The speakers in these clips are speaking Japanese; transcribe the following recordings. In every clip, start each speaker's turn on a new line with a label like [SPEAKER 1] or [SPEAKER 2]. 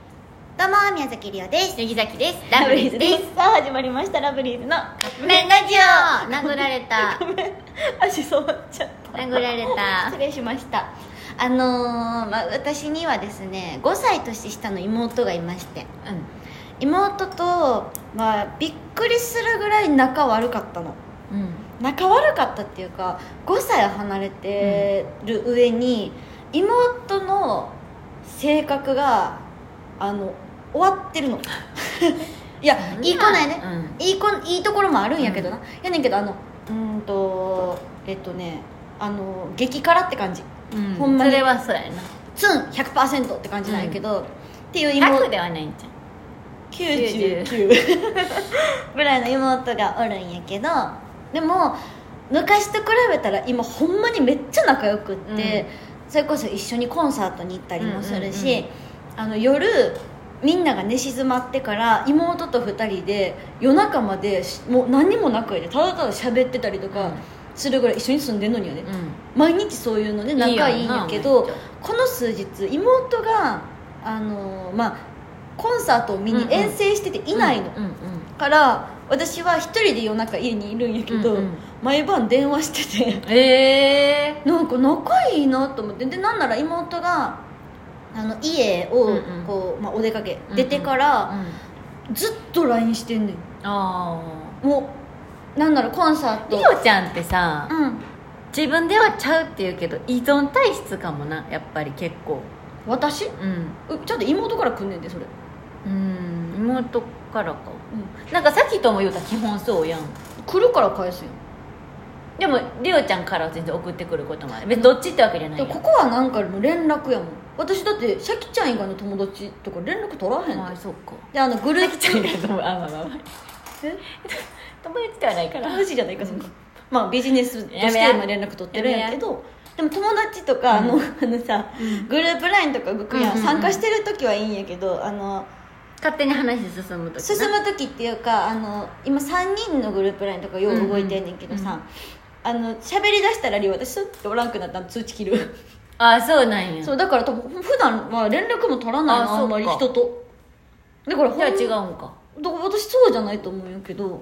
[SPEAKER 1] どうも宮崎りおです
[SPEAKER 2] 乃木崎です
[SPEAKER 1] ラブリーズです
[SPEAKER 2] さあ始まりましたラブリーズの
[SPEAKER 1] 面ラジオ殴られた
[SPEAKER 2] ごめん足触っちゃった
[SPEAKER 1] 殴られた
[SPEAKER 2] 失礼しました
[SPEAKER 1] あのーまあ、私にはですね5歳年下の妹がいまして妹と、まあ、びっくりするぐらい仲悪かったの
[SPEAKER 2] うんうん
[SPEAKER 1] 仲悪かったっていうか5歳離れてる上に、妹の性格があの終わって るのいやいい子ないね、
[SPEAKER 2] うん
[SPEAKER 1] いい子いいところもあるんやけどな、やねんけどあのうーんとえっとねあの激辛って感じ
[SPEAKER 2] うん
[SPEAKER 1] ほんまに
[SPEAKER 2] それはそうやな
[SPEAKER 1] ツン100%って感じなんやけど、っていう
[SPEAKER 2] 100
[SPEAKER 1] 妹
[SPEAKER 2] ではないんじゃん
[SPEAKER 1] 99ぐらいの妹がおるんやけどでも昔と比べたら今ほんまにめっちゃ仲良くって、それこそ一緒にコンサートに行ったりもするし、
[SPEAKER 2] うんうん
[SPEAKER 1] あの夜みんなが寝静まってから妹と2人で夜中までしもう何にもなくやでただただ喋ってたりと
[SPEAKER 2] うん
[SPEAKER 1] かするぐらい一緒に住んでんのにやで、
[SPEAKER 2] う
[SPEAKER 1] 毎日そういうので仲いいんやけ
[SPEAKER 2] いい
[SPEAKER 1] ど
[SPEAKER 2] よな
[SPEAKER 1] この数日妹があのーまあコンサートを見
[SPEAKER 2] うんう
[SPEAKER 1] に
[SPEAKER 2] ん
[SPEAKER 1] 遠征しててい
[SPEAKER 2] ん
[SPEAKER 1] ないの、
[SPEAKER 2] うんうん
[SPEAKER 1] から私は一人で夜中家にいるんやけど、
[SPEAKER 2] うんうん
[SPEAKER 1] 毎晩電話して て
[SPEAKER 2] ええ
[SPEAKER 1] なんか仲いいなと思ってでなんなら妹があの家
[SPEAKER 2] う
[SPEAKER 1] を
[SPEAKER 2] んうん
[SPEAKER 1] こう、まあ、お出かけ
[SPEAKER 2] うん
[SPEAKER 1] 出てか
[SPEAKER 2] ー
[SPEAKER 1] らずっと LINE してんね
[SPEAKER 2] あ
[SPEAKER 1] んもうなんならコンサー
[SPEAKER 2] ーり
[SPEAKER 1] ト
[SPEAKER 2] おちゃんってさ
[SPEAKER 1] うん
[SPEAKER 2] 自分ではちゃうって言うけど依存体質かもなやっぱり結構
[SPEAKER 1] 私う
[SPEAKER 2] うん
[SPEAKER 1] ちょっと妹から来んねんでそれ、
[SPEAKER 2] うん妹からか
[SPEAKER 1] う
[SPEAKER 2] なんかさっきとも言うたら基本そうやん
[SPEAKER 1] ん、来るから返すよ
[SPEAKER 2] でもりおちゃんからは全然送ってくることもある別にどっちってわけじゃない
[SPEAKER 1] で
[SPEAKER 2] や
[SPEAKER 1] も
[SPEAKER 2] ん
[SPEAKER 1] ここはなんかもう連絡やもん私だってシャキちゃん以外の友達とか連絡取らへん
[SPEAKER 2] ああ
[SPEAKER 1] で
[SPEAKER 2] そうか
[SPEAKER 1] であのグループ
[SPEAKER 2] ちゃんが友あまあまあまあ
[SPEAKER 1] え
[SPEAKER 2] 友達ではないから
[SPEAKER 1] 友達じ ゃないかそんなまあビジネスとして
[SPEAKER 2] やめや
[SPEAKER 1] 今連絡取ってるんやけどでも友達とかあの,、 あのさグループ LINE とか動くやん、
[SPEAKER 2] うんうんうん
[SPEAKER 1] 参加してる時はいいんやけどあの
[SPEAKER 2] 勝手に話進むと
[SPEAKER 1] 進む時っていうかあの今3人のグループ LINE とかよう動いてんねんけど
[SPEAKER 2] うんうん
[SPEAKER 1] さ、あの喋りだしたらり私スッておらんくなったら通知切る
[SPEAKER 2] ああそうなんや
[SPEAKER 1] そうだから多分普段は連絡も取らない
[SPEAKER 2] あ
[SPEAKER 1] のあんまり
[SPEAKER 2] そうか
[SPEAKER 1] 人とだからほん
[SPEAKER 2] じゃあ違うんか
[SPEAKER 1] だから私そうじゃないと思うんやけど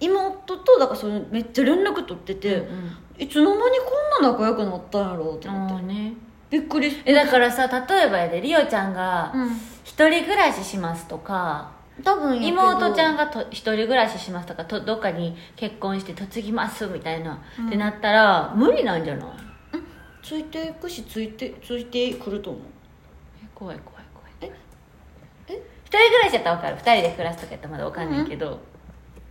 [SPEAKER 1] 妹とだからそれめっちゃ連絡取ってて、
[SPEAKER 2] うんうん
[SPEAKER 1] いつの間にこんな仲良くなったんやろうと思
[SPEAKER 2] あ
[SPEAKER 1] っ
[SPEAKER 2] あ
[SPEAKER 1] て
[SPEAKER 2] ね
[SPEAKER 1] びっくりし
[SPEAKER 2] えだからさ例えばやでりおちゃんが
[SPEAKER 1] うん
[SPEAKER 2] 一人暮らししますとか
[SPEAKER 1] 多分やけど
[SPEAKER 2] 妹ちゃんがと一人暮らししますとかとどっかに結婚して嫁ぎますみたいな、
[SPEAKER 1] うん
[SPEAKER 2] ってなったら無理なんじゃない
[SPEAKER 1] ついていくしついてついてくると思う
[SPEAKER 2] え怖い怖い怖い
[SPEAKER 1] ええ
[SPEAKER 2] 一人暮らしやったら分かる二人で暮らすとかやったらまだ分かんないけど、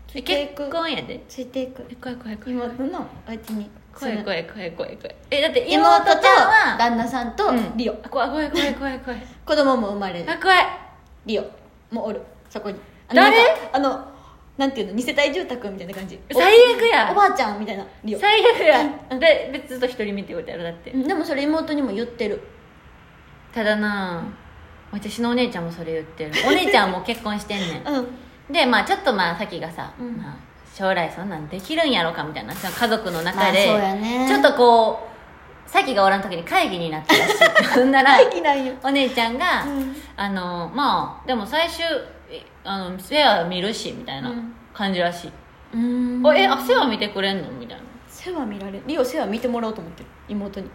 [SPEAKER 1] つ
[SPEAKER 2] え
[SPEAKER 1] いていく
[SPEAKER 2] 結婚やで
[SPEAKER 1] ついていく
[SPEAKER 2] え怖い怖い怖い
[SPEAKER 1] 妹のお家に
[SPEAKER 2] 怖い
[SPEAKER 1] い
[SPEAKER 2] 怖い怖い怖い怖いえだって
[SPEAKER 1] 妹
[SPEAKER 2] 妹
[SPEAKER 1] と
[SPEAKER 2] ちゃんは
[SPEAKER 1] 旦那さんと
[SPEAKER 2] うん
[SPEAKER 1] リオ、
[SPEAKER 2] あ怖い怖い怖い怖い怖い
[SPEAKER 1] 子供も生まれる
[SPEAKER 2] あ怖い
[SPEAKER 1] リオもおるそこにあの
[SPEAKER 2] 誰
[SPEAKER 1] なんかあのなんていうの二世帯住宅みたいな感じ
[SPEAKER 2] 最悪や
[SPEAKER 1] おばあちゃんみたいなリオ
[SPEAKER 2] 最悪やで別と一人見てことやろだって、
[SPEAKER 1] うんでもそれ妹にも言ってる
[SPEAKER 2] ただな私のお姉ちゃんもそれ言ってる お姉ちゃんも結婚してんねん
[SPEAKER 1] うん
[SPEAKER 2] でまあちょっとまあさきがさ、
[SPEAKER 1] うん
[SPEAKER 2] まあ、将来そんなんできるんやろうかみたいなその家族の
[SPEAKER 1] まあ
[SPEAKER 2] 中
[SPEAKER 1] そう
[SPEAKER 2] で、
[SPEAKER 1] やね
[SPEAKER 2] ちょっとこうさきがおらん時に会議になってらっ しゃほんなら
[SPEAKER 1] 大嫌いよ
[SPEAKER 2] お姉ちゃんが、
[SPEAKER 1] うん
[SPEAKER 2] あのまあでも最終えあの世話見るしみたいな
[SPEAKER 1] うん
[SPEAKER 2] 感じらしい、
[SPEAKER 1] うん
[SPEAKER 2] おえあ世話見てくれんのみたい
[SPEAKER 1] 世話見られリオ世話見てもらおうと思ってる妹に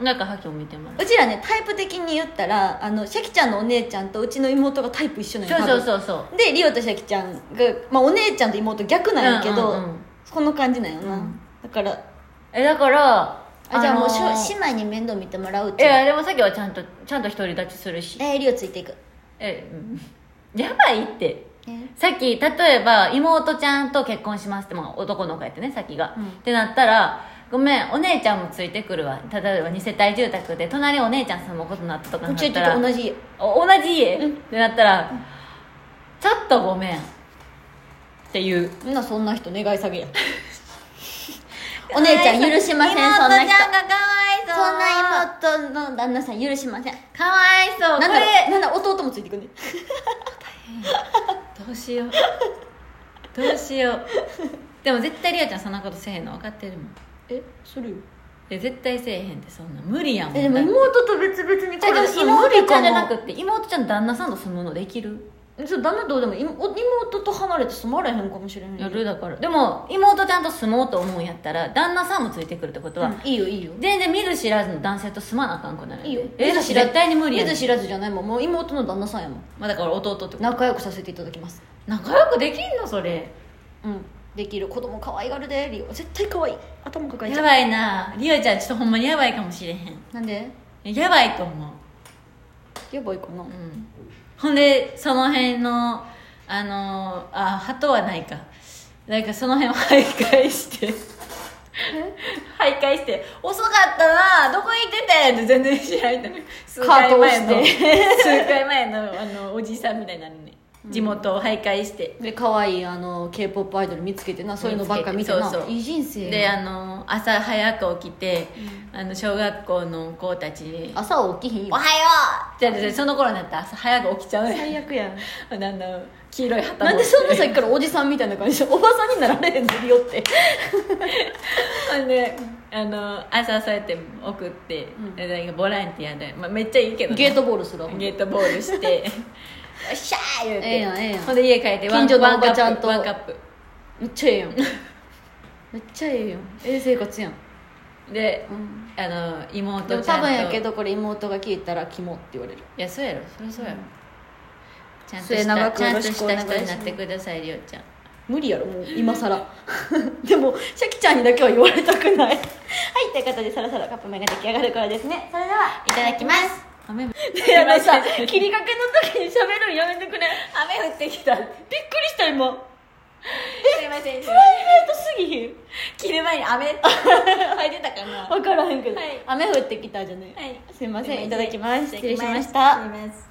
[SPEAKER 2] ななんかさきも見てもらう
[SPEAKER 1] うちらねタイプ的に言ったらあのシャキちゃんのお姉ちゃんとうちの妹がタイプ一緒なん
[SPEAKER 2] そうそう
[SPEAKER 1] う
[SPEAKER 2] そうそう
[SPEAKER 1] でリオとシャキちゃんが、まあ、お姉ちゃんと妹逆なんやけど、
[SPEAKER 2] うんうんうん
[SPEAKER 1] この感じなんよな、
[SPEAKER 2] うん
[SPEAKER 1] だから
[SPEAKER 2] えだから
[SPEAKER 1] あじゃあもう、しょ
[SPEAKER 2] のー
[SPEAKER 1] 姉妹に面倒見てもらうっ
[SPEAKER 2] い
[SPEAKER 1] て
[SPEAKER 2] やでもさきはちゃんとちゃんと独り立ちするし
[SPEAKER 1] えーリオついていく、
[SPEAKER 2] えうんやばいって
[SPEAKER 1] えー
[SPEAKER 2] さっき例えば妹ちゃんと結婚しますって、まあ、男の子やってねさっきが、
[SPEAKER 1] うん
[SPEAKER 2] ってなったらごめんお姉ちゃんもついてくるわ例えば2世帯住宅で隣お姉ちゃん住むことになったとか
[SPEAKER 1] う
[SPEAKER 2] なっ
[SPEAKER 1] ちはち
[SPEAKER 2] た
[SPEAKER 1] ょっと
[SPEAKER 2] ら
[SPEAKER 1] 同じ
[SPEAKER 2] お同じ家、
[SPEAKER 1] うん
[SPEAKER 2] ってなったら、ちょっとごめんっていう
[SPEAKER 1] みんなそんな人願い下 げやお姉ちゃん許しませんそんな人
[SPEAKER 2] がか
[SPEAKER 1] そん
[SPEAKER 2] わ
[SPEAKER 1] な妹の旦那さん許しません
[SPEAKER 2] かわいそ
[SPEAKER 1] なん
[SPEAKER 2] うこ
[SPEAKER 1] だろう
[SPEAKER 2] れ
[SPEAKER 1] なんだろう弟もついてくんね
[SPEAKER 2] どうしようどうしようでも絶対りあちゃんそんなことせえへんの分かってるもん
[SPEAKER 1] えするよ
[SPEAKER 2] いや絶対せえへんってそんな無理やもん
[SPEAKER 1] えでも
[SPEAKER 2] だって
[SPEAKER 1] 妹と別々に
[SPEAKER 2] じゃあでも
[SPEAKER 1] そう
[SPEAKER 2] 妹ちゃんじゃな
[SPEAKER 1] 無
[SPEAKER 2] くって妹ちゃんの旦那さんと住むのできる
[SPEAKER 1] 理かもそう旦那どうでも妹妹と離れて住まれへんかもしれない
[SPEAKER 2] やるだからでも妹ちゃんと住もうと思うんやったら旦那さんもついてくるってことは、
[SPEAKER 1] うんいいよいいよ
[SPEAKER 2] 全然見ず知らずの男性と住まなあかんくなる
[SPEAKER 1] いいよ
[SPEAKER 2] え
[SPEAKER 1] 見ず知らず
[SPEAKER 2] 絶対に無理や
[SPEAKER 1] 見
[SPEAKER 2] ねん
[SPEAKER 1] ず知らずじゃないもんもう妹の旦那さんやもん
[SPEAKER 2] まあ、だから弟ってこと
[SPEAKER 1] 仲良くさせていただきます
[SPEAKER 2] 仲良くできんのそれ
[SPEAKER 1] うんできる子供可愛がるでリオ絶対可愛い頭抱えち
[SPEAKER 2] や
[SPEAKER 1] ゃう
[SPEAKER 2] ばいなリオちゃんちょっとほんまにやばいかもしれへん
[SPEAKER 1] なんで
[SPEAKER 2] やばいと思
[SPEAKER 1] やばいかな
[SPEAKER 2] う、うん、ほんでその辺のあのーあ鳩はないかなんかその辺を徘徊して徘徊して「遅かったなどこ行ってて」って全然知らんい数回前
[SPEAKER 1] カート
[SPEAKER 2] の
[SPEAKER 1] 押
[SPEAKER 2] 数
[SPEAKER 1] し
[SPEAKER 2] 回前のあのおじさんみたいになるね地元を徘徊して
[SPEAKER 1] で可愛いあの k p o p アイドル見つけてなそういうのばっか見てな
[SPEAKER 2] そうそう
[SPEAKER 1] いい人生や
[SPEAKER 2] であの朝早く起きて、あの小学校の子たちに
[SPEAKER 1] 朝は起きひん
[SPEAKER 2] お
[SPEAKER 1] よ
[SPEAKER 2] はよう!」って言ってその頃になったら朝早く起きちゃうね
[SPEAKER 1] 最悪やん
[SPEAKER 2] あの黄色い旗
[SPEAKER 1] なんでそんなさっきからおじさんみたいな感じでおばさんになられへんのよって
[SPEAKER 2] ほんであの朝そうやって送って、
[SPEAKER 1] ん
[SPEAKER 2] でなんかボランティアで、まあ、めっちゃいいけどね、
[SPEAKER 1] ゲートボールするわほん
[SPEAKER 2] ゲ
[SPEAKER 1] で
[SPEAKER 2] ートボールして 「よっしゃー!」言うて
[SPEAKER 1] ええやんええやん
[SPEAKER 2] ほんで家帰ってワン
[SPEAKER 1] 近所の
[SPEAKER 2] ワンカッ
[SPEAKER 1] おばちゃん
[SPEAKER 2] プ
[SPEAKER 1] と
[SPEAKER 2] ワンカップ
[SPEAKER 1] めっちゃええやんめっちゃええやんええ生活やん、
[SPEAKER 2] で、
[SPEAKER 1] うん、
[SPEAKER 2] あの妹ち
[SPEAKER 1] で
[SPEAKER 2] ゃん
[SPEAKER 1] も
[SPEAKER 2] と
[SPEAKER 1] 多分やけどこれ妹が聞いたらキモって言われる
[SPEAKER 2] いやそうやろそりゃそうやろ、ちゃんと
[SPEAKER 1] 末
[SPEAKER 2] し
[SPEAKER 1] 永
[SPEAKER 2] た
[SPEAKER 1] く
[SPEAKER 2] ちゃん
[SPEAKER 1] よ
[SPEAKER 2] と
[SPEAKER 1] ろしく
[SPEAKER 2] し
[SPEAKER 1] お
[SPEAKER 2] た
[SPEAKER 1] 願いします
[SPEAKER 2] 人になってくださいりょうちゃん
[SPEAKER 1] 無理やろもう今更 でもシャキちゃんにだけは言われたくないはいということでそろそろカップ麺が出来上がる頃ですねそれではい
[SPEAKER 2] ただ きます雨 雨
[SPEAKER 1] であのさ
[SPEAKER 2] 雨
[SPEAKER 1] 切りかけの時に喋るのやめてくれ
[SPEAKER 2] 降ってきたす
[SPEAKER 1] びっくりした今
[SPEAKER 2] いません
[SPEAKER 1] プライベートすぎひん
[SPEAKER 2] 切る前に雨 入ってたかな
[SPEAKER 1] 分からへんけど、
[SPEAKER 2] はい
[SPEAKER 1] 雨降ってきたじゃね、
[SPEAKER 2] はい
[SPEAKER 1] すいません
[SPEAKER 2] すいません
[SPEAKER 1] いただきます
[SPEAKER 2] いただ
[SPEAKER 1] 失
[SPEAKER 2] きます
[SPEAKER 1] 礼しました
[SPEAKER 2] います